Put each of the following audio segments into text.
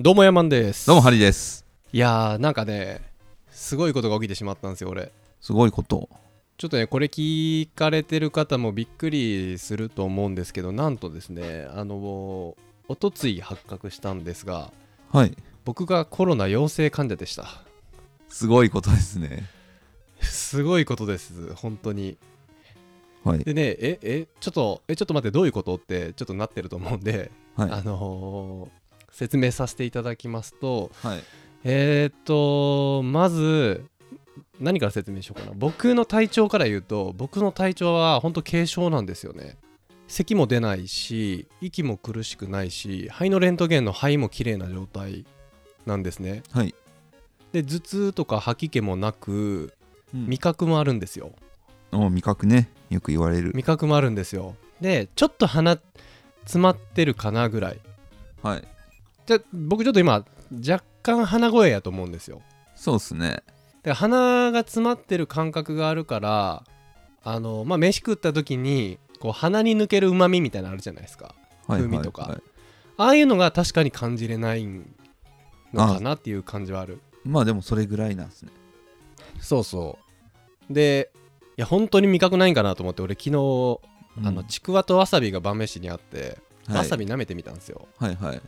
どうもヤマンですどうもハリーですいやーなんかねすごいことが起きてしまったんですよ俺すごいことちょっとねこれ聞かれてる方もびっくりすると思うんですけどなんとですねあのおとつい発覚したんですがはい僕がコロナ陽性患者でしたすごいことですねすごいことです本当にはいでねええちょっとえちょっと待ってどういうことってちょっとなってると思うんで、はいあのー説明させていただきますとはいえーっとまず何から説明しようかな僕の体調から言うと僕の体調は本当軽症なんですよね咳も出ないし息も苦しくないし肺のレントゲンの肺も綺麗な状態なんですねはい、で頭痛とか吐き気もなくうん味覚もあるんですよお味覚ねよく言われる味覚もあるんですよでちょっと鼻詰まってるかなぐらいはいじゃ僕ちょっと今若干鼻声やと思うんですよそうっすねで鼻が詰まってる感覚があるからあのまあ飯食った時にこう鼻に抜けるうまみみたいなのあるじゃないですかはい風味とかはいはいああいうのが確かに感じれないのかなっていう感じはあるまあでもそれぐらいなんですねそうそうでいや本当に味覚ないんかなと思って俺昨日、あのうんちくわとわさびが晩飯にあって、はいわさび舐めてみたんですよはいはい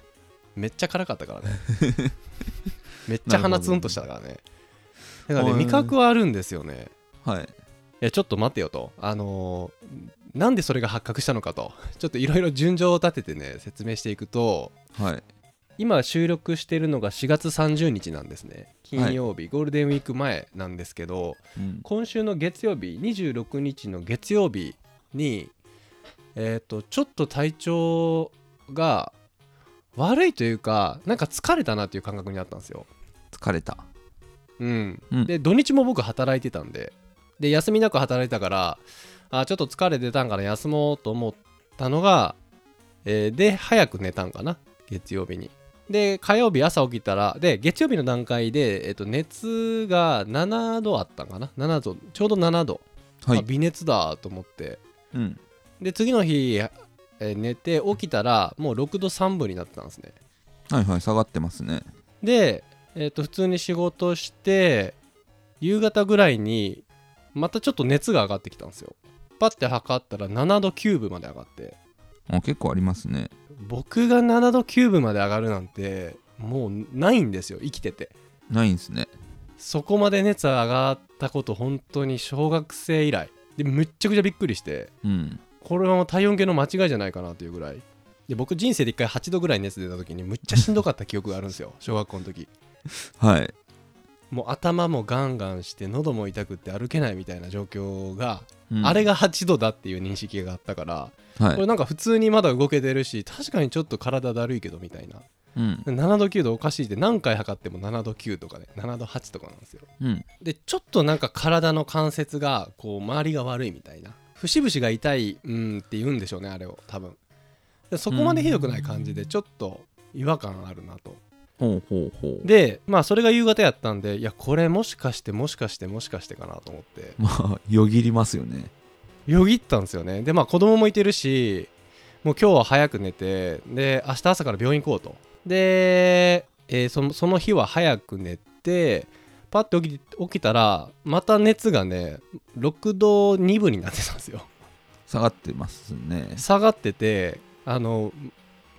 めっちゃ辛かったからね めっちゃ鼻ツンとしたからねだからねはい味覚はあるんですよねはいいやちょっと待ってよと、あのーなんでそれが発覚したのかと、 ちょっといろいろ順序を立ててね、説明していくと、はい今、収録してるのが4月30日なんですね、金曜日、ゴールデンウィーク前なんですけど、うん今週の月曜日、26日の月曜日に、えっとちょっと体調が悪いというか、なんか疲れたなという感覚になったんですよ。疲れたうん、うんで土日も僕働いてたんでで休みなく働いたからあちょっと疲れてたんかな休もうと思ったのが、えーで早く寝たんかな月曜日にで火曜日朝起きたらで月曜日の段階で、えっと熱が7度あったんかな7度ちょうど7度、はあい微熱だと思ってうんで次の日、えー寝て起きたらもう6度3分になってたんですねはいはい下がってますねで、えー、と普通に仕事して夕方ぐらいにまたちょっと熱が上がってきたんですよパッて測ったら7度9分まで上がってあ結構ありますね僕が7度9分まで上がるなんてもうないんですよ生きててないんすねそこまで熱上がったこと本当に小学生以来でむっちゃくちゃびっくりしてうんこれはもう体温計の間違いじゃないかなというぐらいで僕人生で1回8度ぐらい熱出た時にむっちゃしんどかった記憶があるんですよ小学校の時はいもう頭もガンガンして喉も痛くって歩けないみたいな状況が、うんあれが8度だっていう認識があったから、はこれいなんか普通にまだ動けてるし確かにちょっと体だるいけどみたいなうん7度9度おかしいって何回測っても7度9とかね7度8とかなんですようんでちょっとなんか体の関節がこう周りが悪いみたいな節々が痛いうんって言うんでしょうねあれを多分でそこまでひどくない感じでちょっと違和感あるなとほうほうほう でまあそれが夕方やったんでいやこれもしかしてもしかしてもしかしてかなと思ってまあよぎりますよねよぎったんですよねでまあ子供もいてるしもう今日は早く寝てで明日朝から病院行こうとで、えーそのその日は早く寝てパッて起きて起きたらまた熱がね6度2分になってたんですよ下がってますね下がっててあの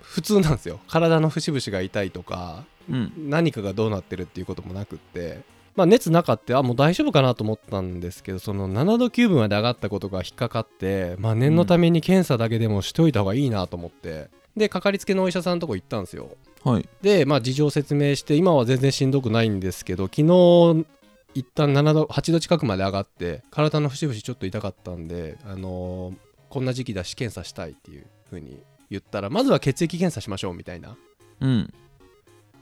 普通なんですよ体の節々が痛いとかうん何かがどうなってるっていうこともなくって、まあ、熱なかったあもう大丈夫かなと思ったんですけどその7度9分まで上がったことが引っかかって、まあ、念のために検査だけでもしておいた方がいいなと思って、でかかりつけのお医者さんのとこ行ったんですよはいで、まあ、事情を説明して今は全然しんどくないんですけど昨日一旦7度8度近くまで上がって体の節々ちょっと痛かったんで、あのーこんな時期だし検査したいっていう風に言ったらまずは血液検査しましょうみたいなうん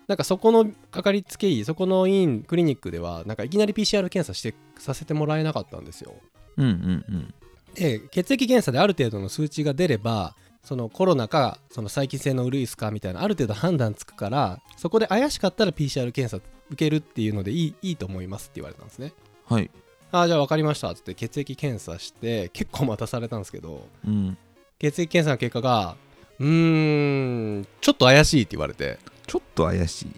なんかそこのかかりつけ医そこの院クリニックではなんかいきなり PCR 検査してさせてもらえなかったんですようんうんうんで血液検査である程度の数値が出ればそのコロナかその細菌性のウイルスかみたいなある程度判断つくからそこで怪しかったら PCR 検査受けるっていうのでいいいいと思いますって言われたんですねはいああじゃあ分かりましたっつって血液検査して結構待たされたんですけどうん血液検査の結果がうーんちょっと怪しいって言われてちょっと怪しい、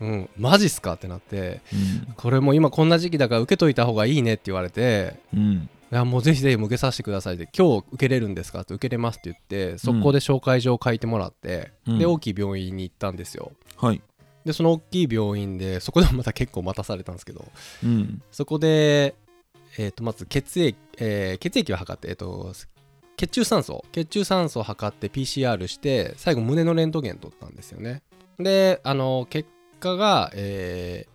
うん、マジっすかってなってこれもう今こんな時期だから受けといた方がいいねって言われてうんうん、いやもうぜひぜひ受けさせてくださいって今日受けれるんですかって受けれますって言ってそこで紹介状を書いてもらって、うんで大きい病院に行ったんですよはい、でその大きい病院でそこでもまた結構待たされたんですけどうん、そこで、えー、とまず血液、えー血液を測って、えー、と血中酸素血中酸素を測って PCR して最後胸のレントゲン取ったんですよねであの結果が、えー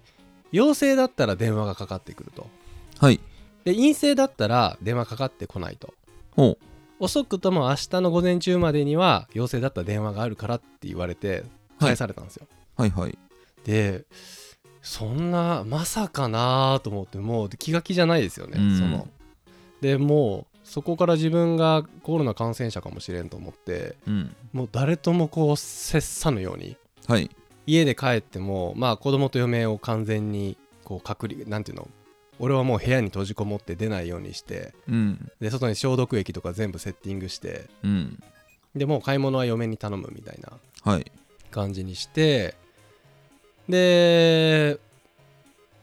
陽性だったら電話がかかってくるとはいで陰性だったら電話かかってこないとほ遅くとも明日の午前中までには陽性だったら電話があるからって言われてはい返されたんですよ、うはいはいでそんなまさかなーと思ってもう気が気じゃないですよね、うんそのでもうそこから自分がコロナ感染者かもしれんと思ってうんもう誰ともこう接さぬようにはい家で帰ってもまあ子供と嫁を完全にこう隔離なんていうの俺はもう部屋に閉じこもって出ないようにしてうんで外に消毒液とか全部セッティングしてうんでもう買い物は嫁に頼むみたいなはい感じにしてで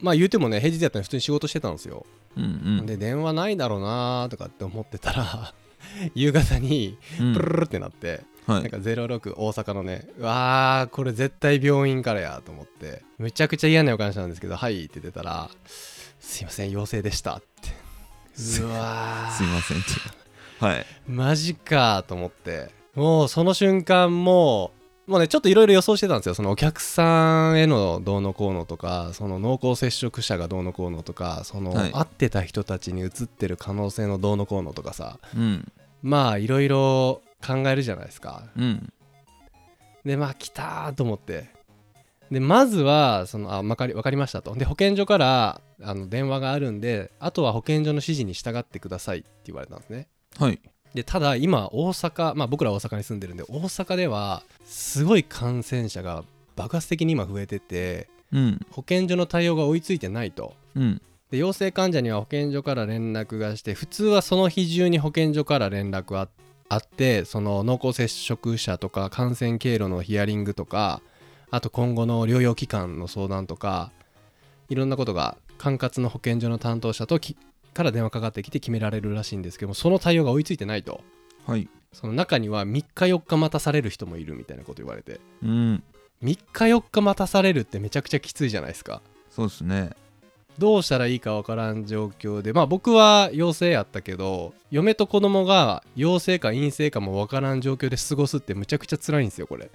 まあ言うてもね平日やったら普通に仕事してたんですよ、うんうんで電話ないだろうなーとかって思ってたら 夕方にうんプルルルってなって、はなんいか06大阪のねうわーこれ絶対病院からやと思ってめちゃくちゃ嫌な予感したんですけど「はい」って出たら「すいません陽性でした」ってうわすいーませんってはいマジかと思ってもうその瞬間もうもうねちょっといろいろ予想してたんですよそのお客さんへのどうのこうのとかその濃厚接触者がどうのこうのとかその、はい会ってた人たちに移ってる可能性のどうのこうのとかさうんまあいろいろ考えるじゃないですかうんでまあ来たーと思ってでまずはそのあ分かりわかりましたとで保健所からあの電話があるんであとは保健所の指示に従ってくださいって言われたんですねはいでただ今大阪まあ僕ら大阪に住んでるんで大阪ではすごい感染者が爆発的に今増えててうん保健所の対応が追いついてないとうんで陽性患者には保健所から連絡がして普通はその日中に保健所から連絡ああってその濃厚接触者とか感染経路のヒアリングとかあと今後の療養期間の相談とかいろんなことが管轄の保健所の担当者ときから電話かかってきて決められるらしいんですけどもその対応が追いついてないと。はいその中には3日4日待たされる人もいるみたいなこと言われてうん3日4日待たされるってめちゃくちゃきついじゃないですかそうですねどうしたらいいかわからん状況でまあ僕は陽性やったけど嫁と子供が陽性か陰性かもわからん状況で過ごすってむちゃくちゃ辛いんですよこれ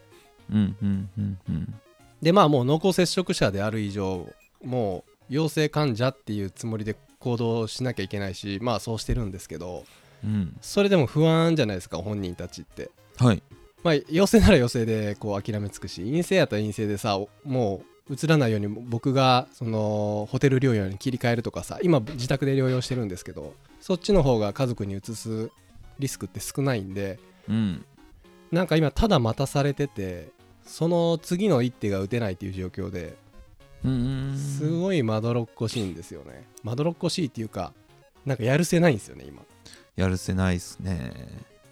うんうんうんうんでまあもう濃厚接触者である以上もう陽性患者っていうつもりで行動しなきゃいけないしまあそうしてるんですけどうんそれでも不安じゃないですか本人たちってはいまあ、陽性なら陽性でこう諦めつくし陰性やったら陰性でさおもう移らないように僕がそのホテル療養に切り替えるとかさ今自宅で療養してるんですけどそっちの方が家族に移すリスクって少ないんでうんなんか今ただ待たされててその次の一手が打てないっていう状況でうんすごいまどろっこしいんですよねまどろっこしいっていうかなんかやるせないんですよね今やるせないっすね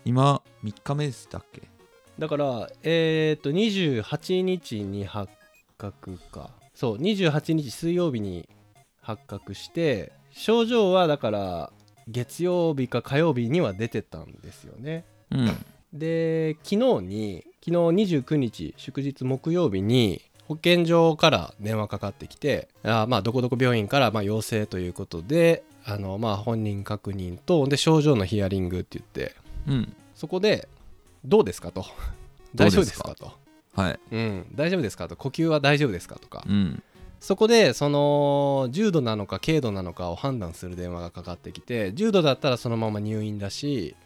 今3日目でしたっけだからえーっと28日に発覚かそう28日水曜日に発覚して症状はだから月曜日か火曜日には出てたんですよねうんで昨日に昨日29日祝日木曜日に保健所から電話かかってきてあーまあどこどこ病院からまあ陽性ということであのまあ本人確認とで症状のヒアリングって言ってうんそこで「どうですか?」と「どう大丈夫でですすか?」かとはい「うん大丈夫ですか?」と「呼吸は大丈夫ですか?」とかうんそこでその重度なのか軽度なのかを判断する電話がかかってきて重度だったらそのまま入院だし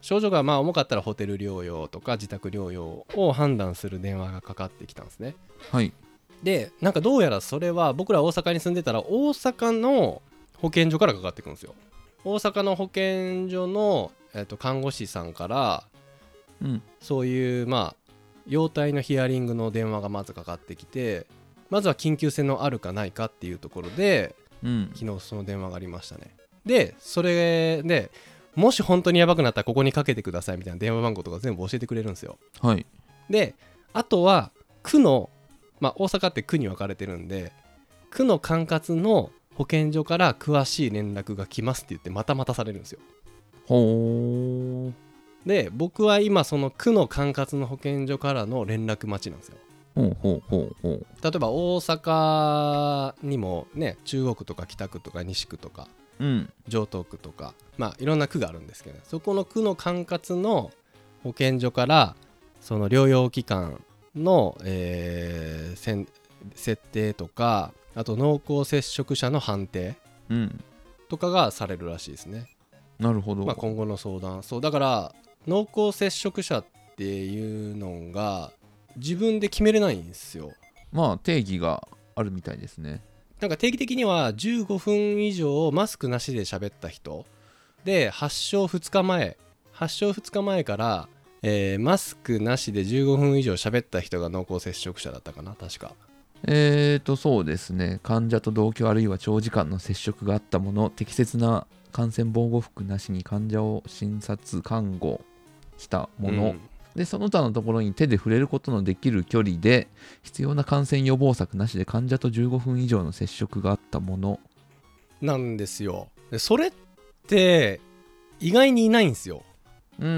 症状がまあ重かったらホテル療養とか自宅療養を判断する電話がかかってきたんですねはいでなんかどうやらそれは僕ら大阪に住んでたら大阪の保健所からかかってくるんですよ大阪の保健所の、えっと看護師さんからうんそういうまあ容体のヒアリングの電話がまずかかってきてまずは緊急性のあるかないかっていうところでうん昨日その電話がありましたねでそれでもし本当にやばくなったらここにかけてくださいみたいな電話番号とか全部教えてくれるんですよはいであとは区の、まあ、大阪って区に分かれてるんで区の管轄の保健所から詳しい連絡が来ますって言ってまた待たされるんですよほーで僕は今その区の管轄の保健所からの連絡待ちなんですよほうほうほうほう例えば大阪にもね中央区とか北区とか西区とかうん城東区とかまあいろんな区があるんですけどそこの区の管轄の保健所からその療養期間の、えーせん設定とかあと濃厚接触者の判定うんとかがされるらしいですね、なるほど、まあ、今後の相談そうだから濃厚接触者っていうのが自分で決めれないんですよまあ定義があるみたいですねなんか定期的には15分以上マスクなしで喋った人で発症2日前発症2日前から、えーマスクなしで15分以上喋った人が濃厚接触者だったかな確かえーとそうですね患者と同居あるいは長時間の接触があったもの適切な感染防護服なしに患者を診察看護したもの、うんでその他のところに手で触れることのできる距離で必要な感染予防策なしで患者と15分以上の接触があったものなんですよでそれって意外にいないんですようー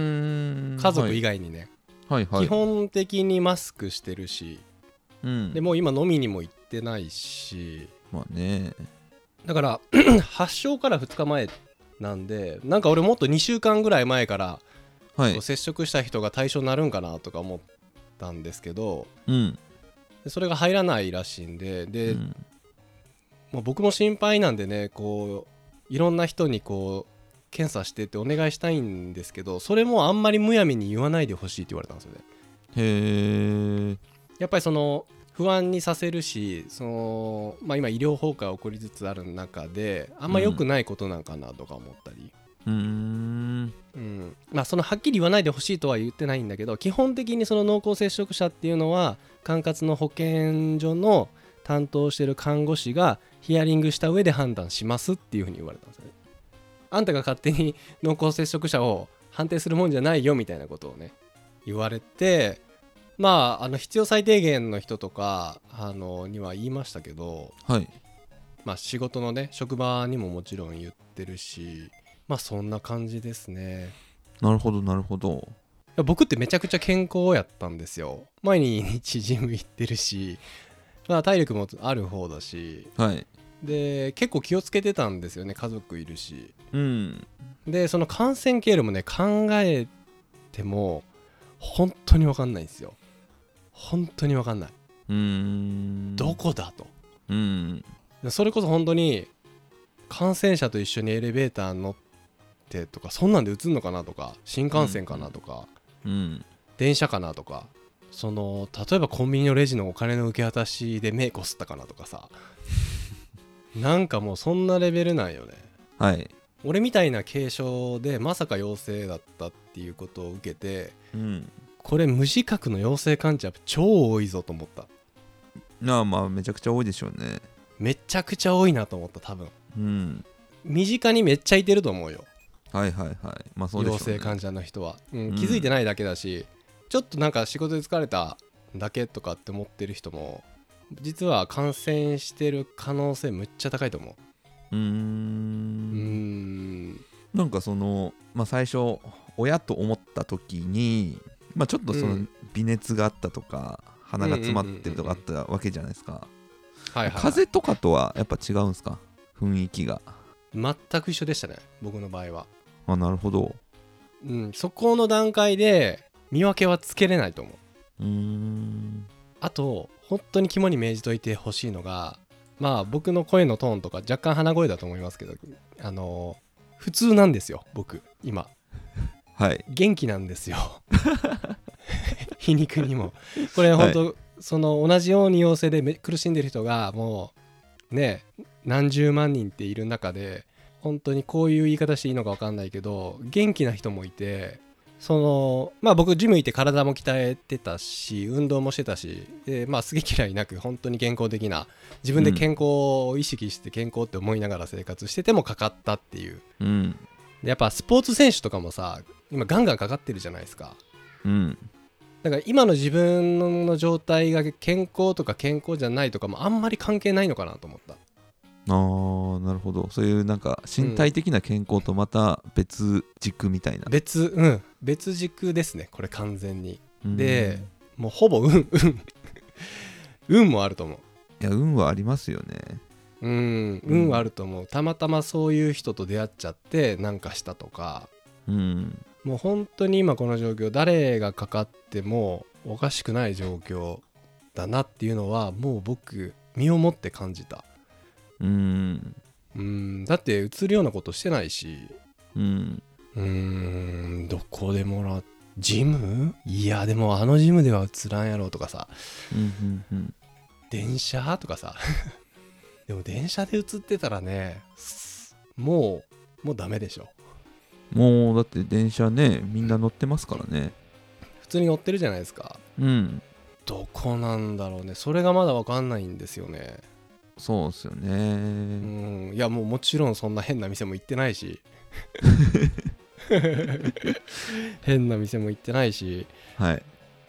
ん家族以外にね、はい、はいはい基本的にマスクしてるしうん、でもう今飲みにも行ってないしまあねだから 発症から2日前なんでなんか俺もっと2週間ぐらい前からこはいう接触した人が対象になるんかなとか思ったんですけどうん、でそれが入らないらしいんでで、うんまあ僕も心配なんでねこういろんな人にこう検査してってお願いしたいんですけどそれもあんまりむやみに言わないでほしいって言われたんですよね。へえやっぱりその不安にさせるしその、まあ、今医療崩壊起こりつつある中であんま良くないことなんかなとか思ったり。うーんうん、まあそのはっきり言わないでほしいとは言ってないんだけど基本的にその濃厚接触者っていうのは管轄の保健所の担当してる看護師がヒアリングした上で判断しますっていうふうに言われたんですよね。あんたが勝手に濃厚接触者を判定するもんじゃないよみたいなことをね言われてまああの必要最低限の人とかあのには言いましたけどはいまあ、仕事のね職場にももちろん言ってるしまあそんな感じですねなるほどなるほどいや僕ってめちゃくちゃ健康やったんですよ毎日ジム行ってるし、まあ、体力もある方だしはいで結構気をつけてたんですよね家族いるしうんでその感染経路もね考えても本当に分かんないんですよ本当に分かんないうーんどこだとうんそれこそ本当に感染者と一緒にエレベーター乗ってとかそんなんで映るのかなとか新幹線かなとか、うん電車かなとかその例えばコンビニのレジのお金の受け渡しで目こすったかなとかさなんかもうそんなレベルなんよねはい俺みたいな軽症でまさか陽性だったっていうことを受けてうんこれ無自覚の陽性患者超多いぞと思ったなあまあめちゃくちゃ多いでしょうねめちゃくちゃ多いなと思った多分うん身近にめっちゃいてると思うよはいはいはいまあそうでしょ陽うね性患者の人は、うんうん気づいてないだけだし、ちょっとなんか仕事で疲れただけとかって思ってる人も実は感染してる可能性むっちゃ高いと思うううーんんなんかその、まあ、最初親と思った時に、まあ、ちょっとそうのん微熱があったとか、鼻が詰まってるとかあったわけじゃないですか、はいはい、風邪とかとはやっぱ違うんですか雰囲気が全く一緒でしたね僕の場合は、あなるほどうん、そこの段階で見分けはつけれないと思ううーんあと本当に肝に銘じといてほしいのがまあ僕の声のトーンとか若干鼻声だと思いますけどあの普通なんですよ僕今はい元気なんですよ 皮肉にもこれ本当、その同じように陽性でめ苦しんでる人がもうね何十万人っている中で本当にこういう言い方していいのか分かんないけど元気な人もいてそのまあ僕ジム行って体も鍛えてたし運動もしてたしでまあ好き嫌いなく本当に健康的な自分で健康を意識して健康って思いながら生活しててもかかったっていううんでやっぱスポーツ選手とかもさ今ガンガンかかってるじゃないですかうんだから今の自分の状態が健康とか健康じゃないとかもあんまり関係ないのかなと思ったあーなるほどそういうなんか身体的な健康とまた別軸みたいな、別うん別軸ですねこれ完全にうんでもうほぼ運運 運もあると思ういや運はありますよねうん運はあると思うたまたまそういう人と出会っちゃってなんかしたとかうんもう本当に今この状況誰がかかってもおかしくない状況だなっていうのはもう僕身をもって感じたうんうんだってうつるようなことしてないしうんうんどこでもらジムいやでもあのジムではうつらんやろとかさうんうん電車とかさ でも電車で映ってたらねもうもうダメでしょうんもうだって電車ねみんな乗ってますからね普通に乗ってるじゃないですかうんどこなんだろうねそれがまだ分かんないんですよねそうっすようねんいやもうもちろんそんな変な店も行ってないし 変な店も行ってないしはい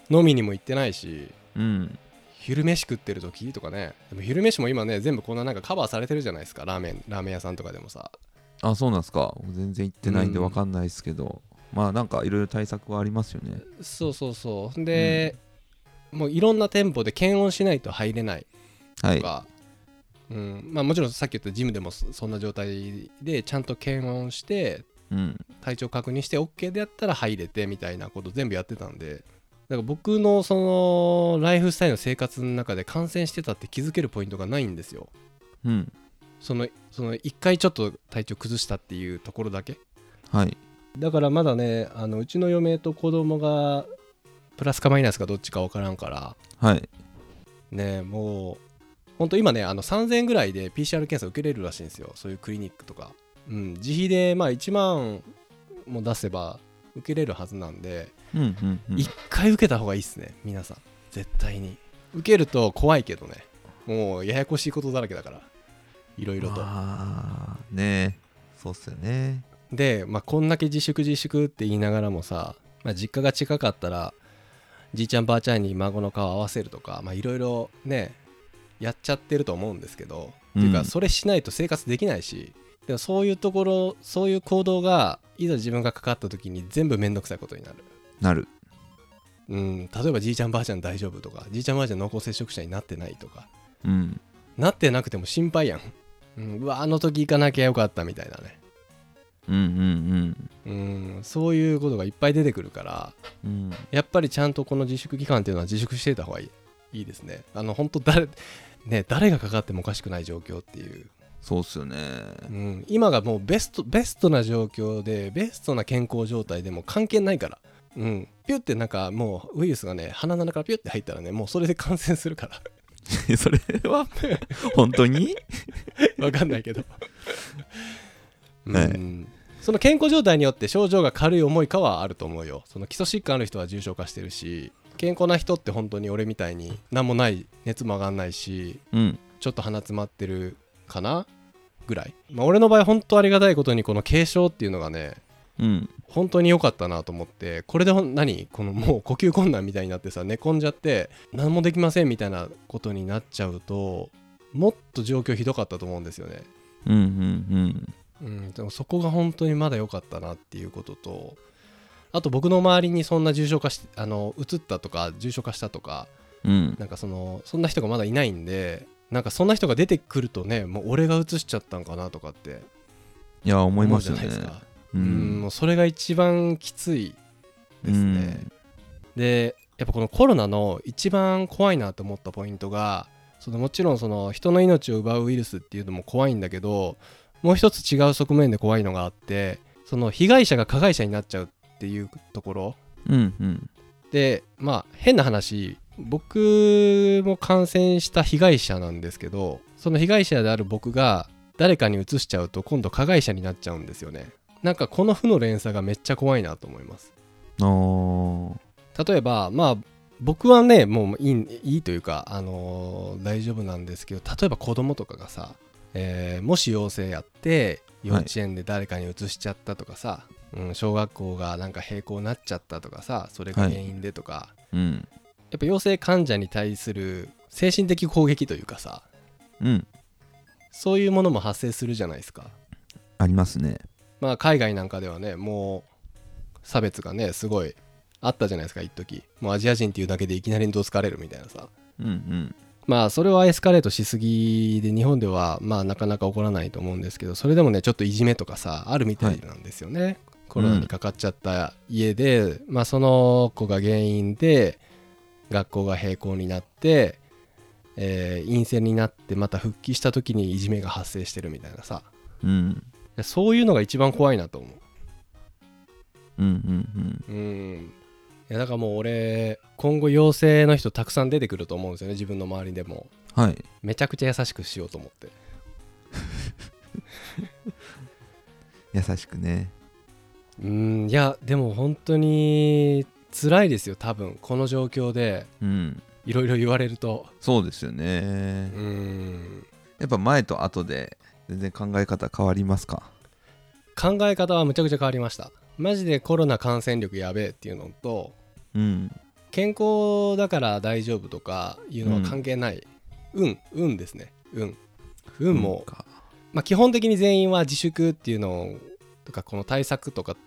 飲みにも行ってないしうん昼飯食ってる時とかねでも昼飯も今ね全部こんななんかカバーされてるじゃないですかラーメンラーメン屋さんとかでもさあそうなんすか僕全然行ってないんでわかんないですけど、まあなんかいろいろ対策はありますよねそうそうそうで、もういろんな店舗で検温しないと入れないはといか、うんまあ、もちろんさっき言ったジムでもそそんな状態でちゃんと検温してうん体調確認して OK でやったら入れてみたいなこと全部やってたんでだから僕のそのライフスタイルの生活の中で感染してたって気づけるポイントがないんですようんそのその1回ちょっと体調崩したっていうところだけはいだからまだねあのうちの嫁と子供がプラスかマイナスかどっちか分からんからはいねもう本当今ねあの3000円ぐらいで PCR 検査受けれるらしいんですよそういうクリニックとか、うん、自費でまあ1万も出せば受けれるはずなんで、うんうん、うん、一回受けた方がいいっすね皆さん絶対に受けると怖いけどねもうややこしいことだらけだからいろいろとまあねそうっすよねで、まあ、こんだけ自粛自粛って言いながらもさ、まあ、実家が近かったらじいちゃんばあちゃんに孫の顔合わせるとかまあいろいろねやっちゃってると思うんですけど、うんっていうかそれしないと生活できないしでもそういうところそういう行動がいざ自分がかかった時に全部めんどくさいことになるなるうん、例えばじいちゃんばあちゃん大丈夫とかじいちゃんばあちゃん濃厚接触者になってないとかうんなってなくても心配やん、うん、うわあの時行かなきゃよかったみたいなねうんうんうんそういうことがいっぱい出てくるからうんうんやっぱりちゃんとこの自粛期間っていうのは自粛していた方がいいいいですねあの本当誰 ね誰がかかってもおかしくない状況っていう、そうっすよね うん、今がもうベストベストな状況でベストな健康状態でも関係ないからうんピュってなんかもうウイルスがね鼻の中からピュって入ったらねもうそれで感染するからそれは本当に わかんないけど、うはいん、その健康状態によって症状が軽い重いかはあると思うよその基礎疾患ある人は重症化してるし健康な人って本当に俺みたいに何もない熱も上がんないしうんちょっと鼻詰まってるかなぐらい、まあ、俺の場合本当ありがたいことにこの軽症っていうのがねうん本当に良かったなと思ってこれでほん何このもう呼吸困難みたいになってさ寝込んじゃって何もできませんみたいなことになっちゃうともっと状況ひどかったと思うんですよねうんうんうん、でもそこが本当にまだ良かったなっていうこととあと僕の周りにそんな重症化しあの移ったとか重症化したとかうんうんなんかそのそんな人がまだいないんでなんかそんな人が出てくるとねもう俺が移しちゃったんかなとかっていや思いまうすじゃないよねですか、ううんもうそれが一番きついですね、でやっぱこのコロナの一番怖いなと思ったポイントがそのもちろんその人の命を奪うウイルスっていうのも怖いんだけどもう一つ違う側面で怖いのがあってその被害者が加害者になっちゃうっていうところうんうんでまあ変な話僕も感染した被害者なんですけどその被害者である僕が誰かに移しちゃうと今度加害者になっちゃうんですよねなんかこの負の連鎖がめっちゃ怖いなと思いますあー例えばまあ僕はねもういいいいというか、あのー大丈夫なんですけど例えば子供とかがさ、えーもし陽性やって幼稚園で誰かに移しちゃったとかさ、うん、小学校がなんか閉校になっちゃったとかさそれが原因でとか、うんやっぱ陽性患者に対する精神的攻撃というかさうんそういうものも発生するじゃないですかありますねまあ海外なんかではねもう差別がねすごいあったじゃないですか一時もうアジア人っていうだけでいきなりどつかれるみたいなさうんうんまあそれはエスカレートしすぎで日本ではまあなかなか起こらないと思うんですけどそれでもねちょっといじめとかさあるみたいなんですよね、コロナにかかっちゃった家で、まあその子が原因で学校が閉校になって、えー陰性になってまた復帰した時にいじめが発生してるみたいなさうんいやそういうのが一番怖いなと思ううんうんうんいやだからもう俺今後陽性の人たくさん出てくると思うんですよね自分の周りでもうんはいめちゃくちゃ優しくしようと思って優しくねうんいやでも本当に辛いですよ多分この状況でうんいろいろ言われるとそうですよねうんやっぱ前と後で全然考え方変わりますか考え方はむちゃくちゃ変わりましたマジでコロナ感染力やべえっていうのとうん健康だから大丈夫とかいうのは関係ない、うん、運運ですね運運も、うんかまあ、基本的に全員は自粛っていうのとかこの対策とか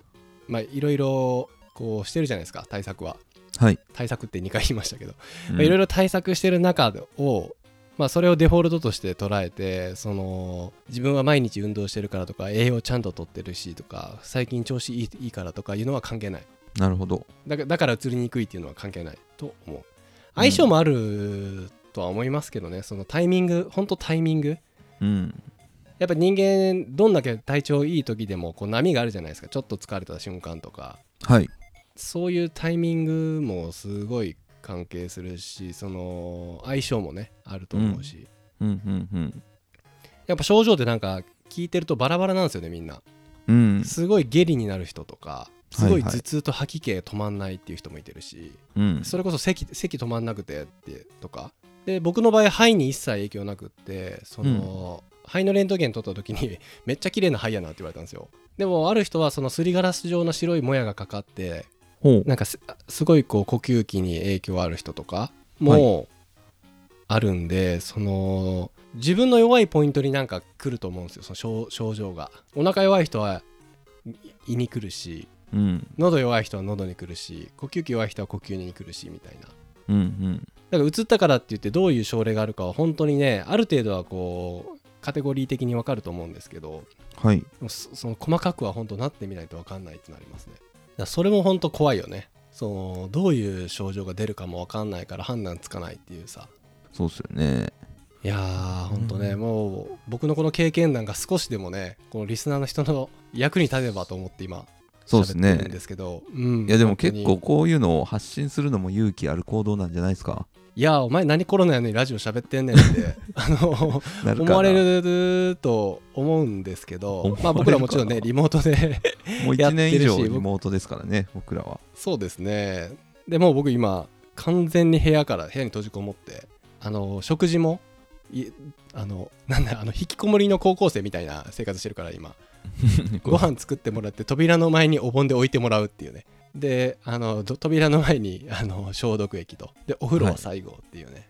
まあいろいろこうしてるじゃないですか対策ははい対策って2回言いましたけどうんまあいろいろ対策してる中を、まあ、それをデフォルトとして捉えてその自分は毎日運動してるからとか栄養ちゃんと取ってるしとか最近調子いいいいからとかいうのは関係ないなるほどだかだからうつりにくいっていうのは関係ないと思う相性もあるとは思いますけどね、そのタイミング本当タイミングうんやっぱ人間どんだけ体調いい時でもこう波があるじゃないですかちょっと疲れた瞬間とかはいそういうタイミングもすごい関係するしその相性もねあると思うし、うんうんやっぱ症状ってなんか聞いてるとバラバラなんですよねみんなうんうんすごい下痢になる人とかすごはいいはい頭痛と吐き気止まんないっていう人もいてるしうんそれこそ咳咳止まんなくてってとかで僕の場合肺に一切影響なくってその、肺のレントゲン取った時に めっちゃ綺麗な肺やなって言われたんですよでもある人はそのすりガラス状の白いもやがかかってほうなんかすすごいこう呼吸器に影響ある人とかもあるんで、その自分の弱いポイントになんか来ると思うんですよその症症状がお腹弱い人は胃に来るしうん喉弱い人は喉に来るし呼吸器弱い人は呼吸に来るしみたいなうんうんだから移ったからって言ってどういう症例があるかは本当にねある程度はこうカテゴリー的に分かると思うんですけどはいそその細かくは本当なってみないと分かんないってなりますねだからそれも本当怖いよねそのどういう症状が出るかも分かんないから判断つかないっていうさそうっすよねいやー本当ね、うんもう僕のこの経験談が少しでもねこのリスナーの人の役に立てばと思って今そうです喋ってるんねですけどうんいやでも本当に結構こういうのを発信するのも勇気ある行動なんじゃないですかいやーお前何コロナやのにラジオ喋ってんねんって あのなるかな思われると思うんですけど、まあ、思わ僕れるかならもちろんねリモートでもうやっ1てる年し以上リモートですからね僕らはそうですねでもう僕今完全に部屋から部屋に閉じこもってあの食事もいあのなんだあの引きこもりの高校生みたいな生活してるから今ご飯作ってもらって扉の前にお盆で置いてもらうっていうねであのど扉の前にあの消毒液とでお風呂は最後っていうね、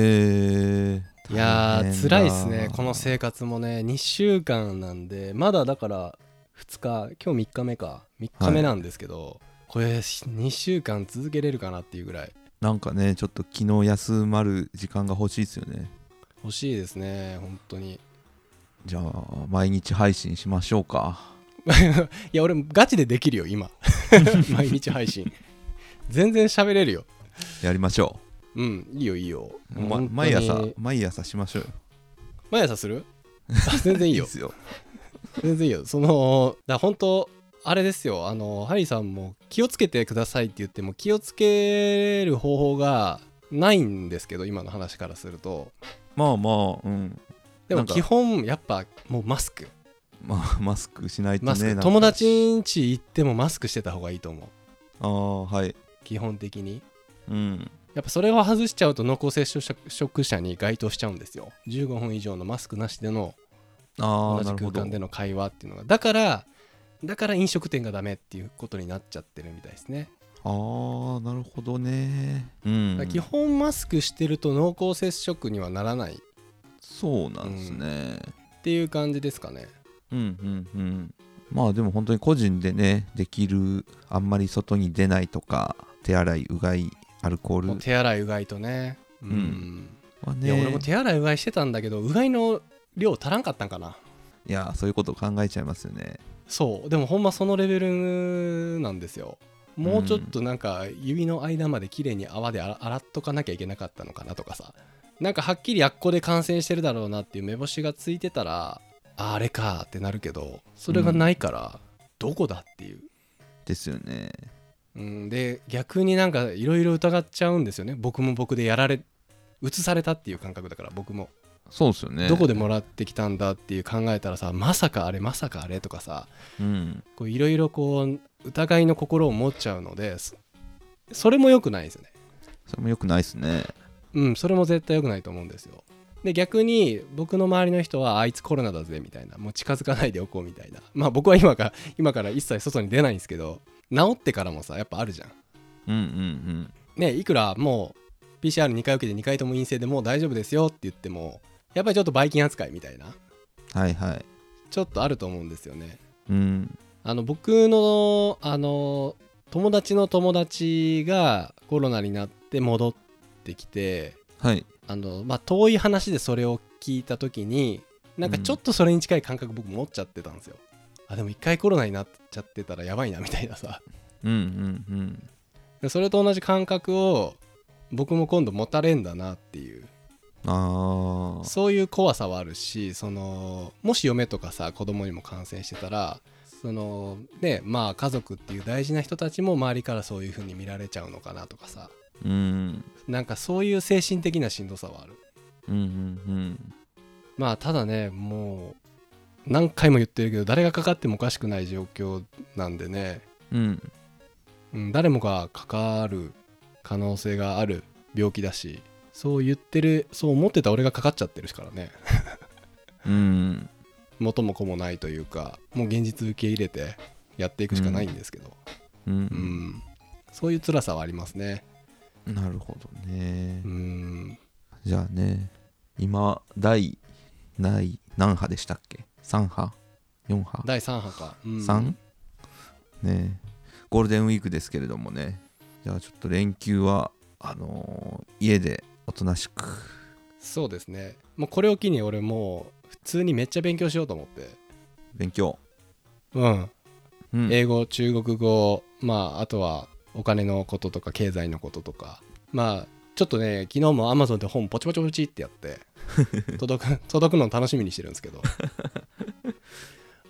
へえいやー辛いですねこの生活もね2週間なんでまだだから2日今日3日目か3日目なんですけど、これ2週間続けれるかなっていうぐらいなんかねちょっと昨日休まる時間が欲しいですよね欲しいですね本当にいじゃあ毎日配信しましょうかや俺ガチでできるよ今 毎日配信全然喋れるよやりましょうんいいよいいよう、もうま本当に毎朝毎朝しましょうよ毎朝するあ全然いいよっすよ全然いいよそのだから本当あれですよあのハリーさんも気をつけてくださいって言っても気をつける方法がないんですけど今の話からするとまあまあうんでもなんか基本やっぱもうマスクまあマスクしないとねマスク、なんか友達ん家行ってもマスクしてた方がいいと思うああはい基本的にうんやっぱそれを外しちゃうと濃厚接触者に該当しちゃうんですよ15分以上のマスクなしでのあ同あなじる空ほど間での会話っていうのがだからだから飲食店がダメっていうことになっちゃってるみたいですねあーなるほどねだから基基本本マスクしてると濃厚接触にはならないっそうなんですね、ていう感じですかねうん、うんうんまあでも本当に個人でねできるあんまり外に出ないとか手洗いうがいアルコールもう手洗いうがいとねうん、はねいや俺も手洗いうがいしてたんだけどうがいの量足らんかったんかないやそういうこと考えちゃいますよねそうでもほんまそのレベルなんですよもうちょっとなんか指の間まで綺麗に泡で洗洗っとかなきゃいけなかったのかなとかさなんかはっきりあっこで感染してるだろうなっていう目星がついてたらああれかってなるけどそれがないからどこだっていう、ですよねうん、で逆になんかいろいろ疑っちゃうんですよね僕も僕でやられ移されたっていう感覚だから僕もそうですよねどこでも、もらってきたんだっていう考えたらさまさかあれまさかあれとかさうん、こういろいろこう疑いの心を持っちゃうのでそそれも良くないですよねそれもよくないですねうんそれも絶対良くないと思うんですよで逆に僕の周りの人はあいつコロナだぜみたいなもう近づかないでおこうみたいなまあ僕は今から今から一切外に出ないんですけど治ってからもさやっぱあるじゃんうんうんねいくらもう PCR2 回受けて2回とも陰性でもう大丈夫ですよって言ってもやっぱりちょっとばい菌扱いみたいなうんはいはいちょっとあると思うんですよねうんあの僕のあの友達の友達がコロナになって戻ってきてはいあの、まあ、遠い話でそれを聞いた時になんかちょっとそれに近い感覚僕持っちゃってたんですよ、あでも一回コロナになっちゃってたらやばいなみたいなさうんうんうんでそれと同じ感覚を僕も今度持たれんだなっていうああそういう怖さはあるしそのもし嫁とかさ子供にも感染してたらそのねまあ家族っていう大事な人たちも周りからそういう風に見られちゃうのかなとかさうんなんかそういう精神的なしんどさはあるうんうんまあただねもう何回も言ってるけど誰がかかってもおかしくない状況なんでね、うんうんうん、誰もがかかる可能性がある病気だしそう言ってるそう思ってた俺がかかっちゃってるからねうん元も子もないというかもう現実受け入れてやっていくしかないんですけど、ううんんそういう辛さはありますねなるほどねうんじゃあね今第第何波でしたっけ3波 ?4 波第3波か、うん、 ?3? ねえゴールデンウィークですけれどもねじゃあちょっと連休はあのー家でおとなしくそうですねもうこれを機に俺もう普通にめっちゃ勉強しようと思って勉強、うんうん、英語中国語まああとはお金のこととか経済のこととかまあちょっとね昨日も Amazon で本ポチポチポチってやって 届く届くの楽しみにしてるんですけど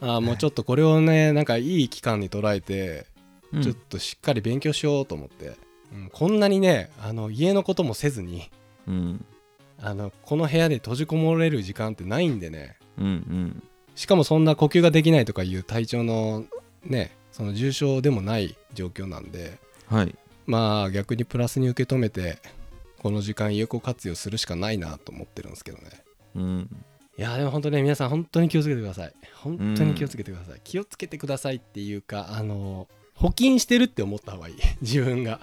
あーもうちょっとこれをねなんかいい期間に捉えてうんちょっとしっかり勉強しようと思って、うんこんなにねあの家のこともせずにうんあのこの部屋で閉じこもれる時間ってないんでねうんうんしかもそんな呼吸ができないとかいう体調のねその重症でもない状況なんではいまあ逆にプラスに受け止めてこの時間有効活用するしかないなと思ってるんですけどねうんいやでも本当ね皆さん本当に気をつけてください本当に気をつけてください、気をつけてくださいっていうかあの補菌してるって思った方がいい 自分が、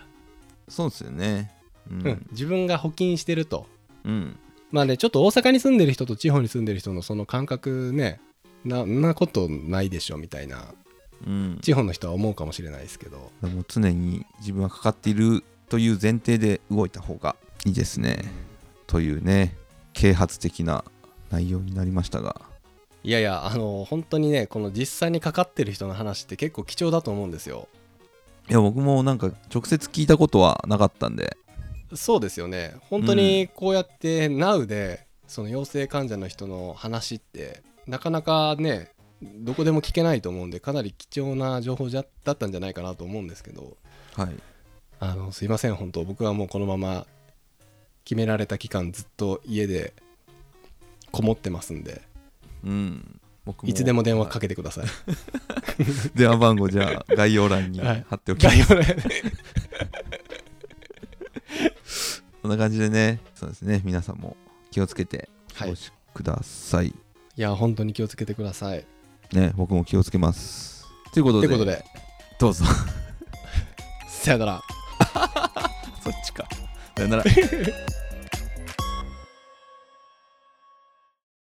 そうですよねう、うんん 自分が補菌してるとうんまあねちょっと大阪に住んでる人と地方に住んでる人のその感覚ねななことないでしょみたいなうん地方の人は思うかもしれないですけど、もう常に自分はかかっているという前提で動いた方がいいですねというね啓発的な内容になりましたがいやいやあの本当にねこの実際にかかってる人の話って結構貴重だと思うんですよいや僕もなんか直接聞いたことはなかったんでそうですよね本当にこうやって Now でその陽性患者の人の話ってなかなかねどこでも聞けないと思うんでかなり貴重な情報じゃだったんじゃないかなと思うんですけどはいあのすいません本当僕はもうこのまま決められた期間ずっと家でこもってますんでうん僕いつでも電話かけけてください。 電話番号じゃあ概要欄にはい貼っておきま概す要欄にこんな感じでねそうですね皆さんも気をつけておは過いごしください、いや本当に気をつけてください。ね僕も気をつけますということとい でうことでどうぞさよならそっちか。さよなら。